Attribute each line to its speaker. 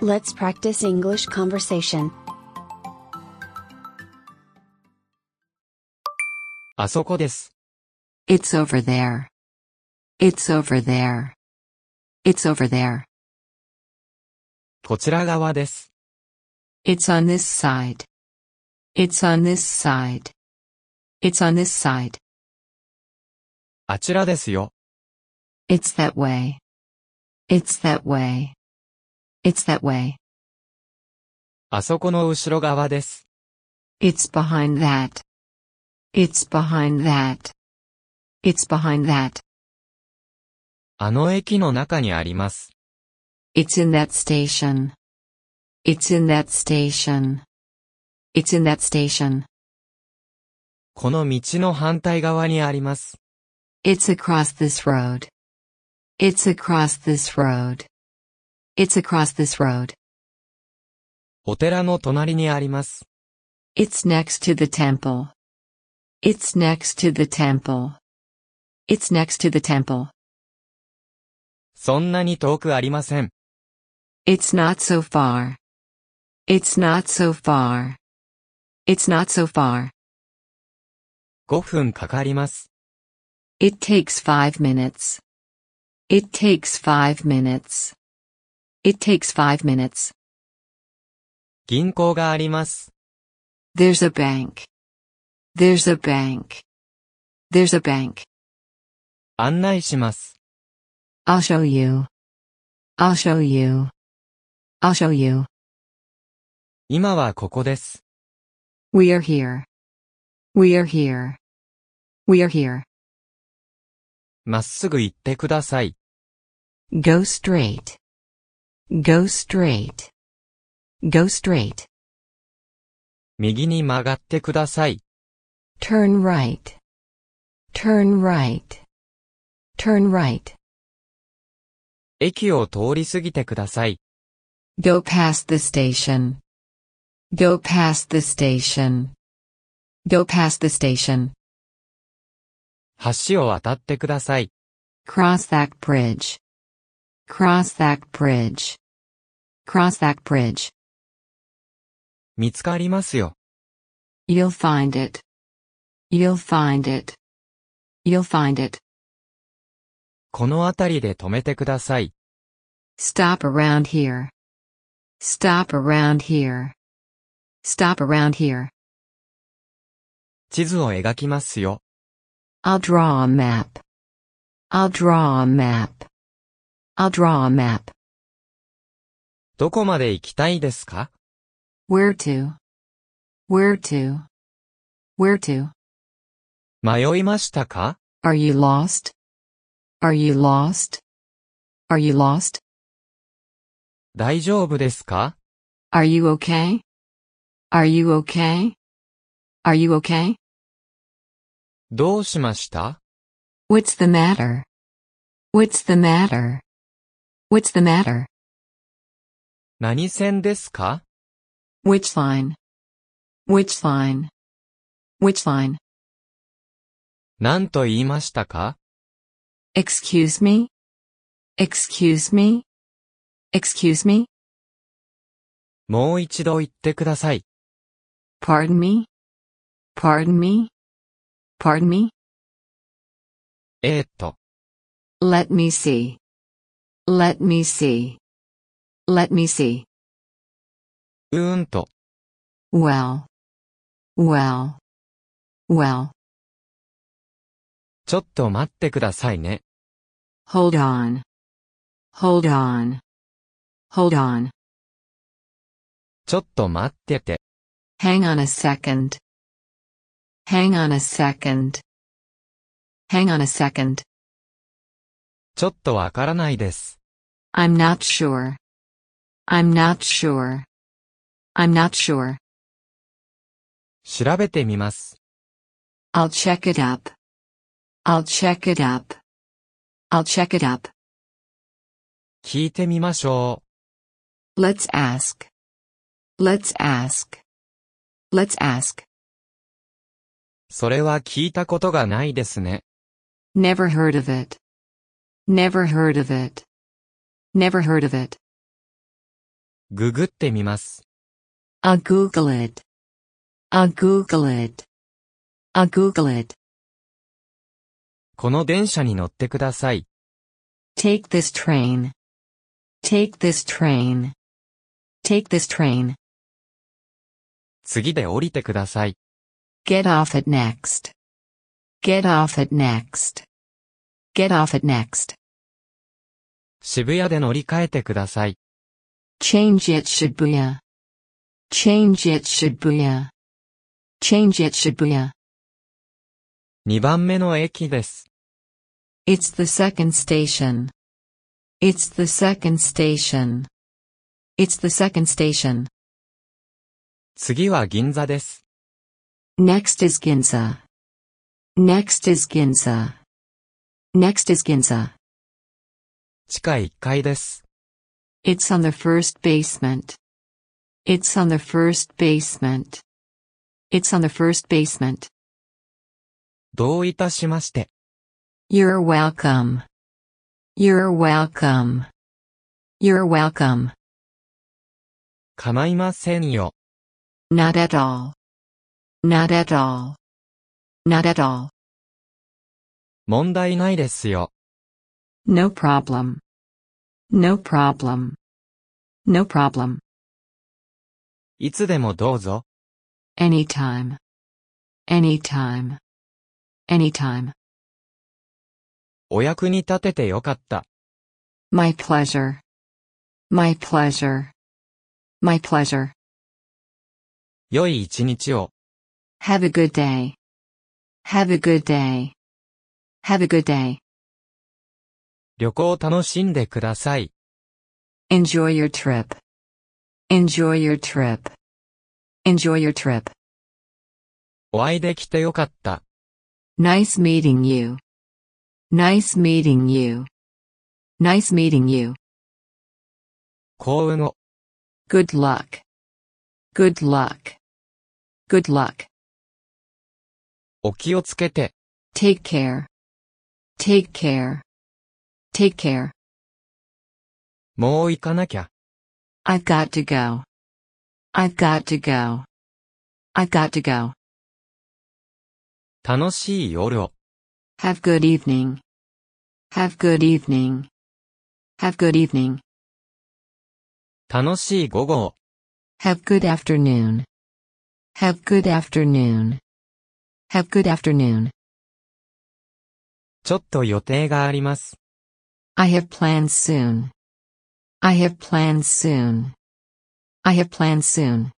Speaker 1: Let's practice English conversation.
Speaker 2: あそこです。
Speaker 3: It's over there. It's over there. It's over there.
Speaker 2: こちら側です。
Speaker 3: It's on this side. It's on this side. It's on this side.
Speaker 2: あちらですよ。
Speaker 3: It's that way. It's that way. It's that way.
Speaker 2: あそこの後ろ側です。
Speaker 3: It's behind that. It's behind that. It's behind that.
Speaker 2: あの駅の中にあります。
Speaker 3: It's in that station. It's in that station. It's in that station.
Speaker 2: この道の反対側にあります。
Speaker 3: It's across this road. It's across this road. It's across this road.
Speaker 2: お寺の隣にあります。
Speaker 3: It's next to the temple. It's next to the temple. It's next to the temple.
Speaker 2: そんなに遠くありません。
Speaker 3: It's not so far. It's not so far. It's not so far.
Speaker 2: 5分かかります。
Speaker 3: It takes five minutes. It takes five minutes. It takes five minutes.
Speaker 2: 銀行があります。
Speaker 3: There's a bank. There's a bank. There's a bank.
Speaker 2: 案内します。
Speaker 3: I'll show you. I'll show you. I'll show you.
Speaker 2: 今はここです。
Speaker 3: We are here. We are here. We are here.
Speaker 2: まっすぐ行ってください。
Speaker 3: Go straight. Go straight. Go straight.
Speaker 2: 右に曲がってください。
Speaker 3: Turn right. Turn right. Turn right.
Speaker 2: 駅を通り過ぎてください。
Speaker 3: Go past the station. Go past the station. Go past the station.
Speaker 2: 橋を渡ってください。
Speaker 3: Cross that bridge. Cross that bridge. Cross that bridge.
Speaker 2: 見つかりますよ。
Speaker 3: You'll find it. You'll find it. You'll find it.
Speaker 2: この辺りで止めてください。
Speaker 3: Stop around here. Stop around here. Stop around here.
Speaker 2: 地図を描きますよ。
Speaker 3: I'll draw a map. I'll draw a map. I'll draw a map.
Speaker 2: どこまで行きたいですか
Speaker 3: Where to? Where to? Where to?
Speaker 2: 迷いましたか
Speaker 3: Are you lost? Are you lost? Are you lost?
Speaker 2: 大丈夫ですか
Speaker 3: Are you okay? Are you okay? Are you okay?
Speaker 2: どうしました
Speaker 3: What's the matter? What's the matter? What's the matter?
Speaker 2: 何線ですか
Speaker 3: Which line? Which line? Which line?
Speaker 2: 何と言いましたか
Speaker 3: Excuse me? Excuse me? Excuse me?
Speaker 2: もう一度言ってください。
Speaker 3: Pardon me? Pardon me? Pardon me?
Speaker 2: えー、っと、
Speaker 3: Let me see. Let me see. Let me see.
Speaker 2: うーんと、
Speaker 3: Well. Well. Well.
Speaker 2: ちょっと待ってくださいね。
Speaker 3: Hold on. Hold on. Hold on.
Speaker 2: ちょっと待ってて。
Speaker 3: Hang on a second. Hang on a second. Hang on a second.
Speaker 2: ちょっとわからないです。
Speaker 3: I'm not sure. I'm not sure. I'm not sure.
Speaker 2: 調べてみます。
Speaker 3: I'll check it up. I'll check it up. I'll check it up.
Speaker 2: 聞いてみましょ
Speaker 3: Let's ask. Let's ask. Let's ask.
Speaker 2: う。それは聞いたことがないですね。
Speaker 3: Never heard of it. Never heard of it. Never heard of it.
Speaker 2: ググってみます。
Speaker 3: I'll Google it. I'll Google it. I'll Google it.
Speaker 2: この電車に乗ってください。
Speaker 3: Take this train. Take this train. Take this train.
Speaker 2: 次で降りてください。
Speaker 3: Get off at next. Get off at next. Get off at next.
Speaker 2: 渋谷で乗り換えてください。
Speaker 3: Change it Shibuya. Change it Shibuya. Change it Shibuya.
Speaker 2: 2番目の駅です。
Speaker 3: It's the second station. It's the second station. It's the second station.
Speaker 2: 次は銀座です。
Speaker 3: Next is Ginza. Next is Ginza. Next is Ginza.
Speaker 2: 地下1階です。
Speaker 3: It's on the first basement. It's on the first basement. It's on the first basement.
Speaker 2: どういたしまして。
Speaker 3: You're welcome. You're welcome. You're welcome.
Speaker 2: 構いませんよ。
Speaker 3: Not at all. Not at all. Not at all.
Speaker 2: 問題ないですよ。
Speaker 3: No problem. No problem. No problem.
Speaker 2: いつでもどうぞ。
Speaker 3: Anytime. Anytime. Anytime.
Speaker 2: お役に立ててよかった。
Speaker 3: My pleasure. My pleasure. My pleasure.
Speaker 2: 良い一日を。
Speaker 3: Have a good day. Have a good day. Have a good day.
Speaker 2: 旅行を楽しんでください。
Speaker 3: Enjoy your trip. Enjoy your trip. Enjoy your trip.
Speaker 2: お会いできてよかった。
Speaker 3: Nice meeting you. Nice meeting you. Nice meeting you.
Speaker 2: 幸運を。
Speaker 3: Good luck. Good luck. Good luck.
Speaker 2: お気をつけて。
Speaker 3: Take care. Take care. Take care.
Speaker 2: もう行かなきゃ。
Speaker 3: I've got to go. I've got to go. I've got to go.
Speaker 2: 楽しい夜を。
Speaker 3: Have good evening. Have good evening. Have good evening.
Speaker 2: 楽しい午後を。
Speaker 3: Have good afternoon. Have good afternoon. Have good afternoon.
Speaker 2: ちょっと予定があります。
Speaker 3: I have plans soon. I have plans soon. I have plans soon.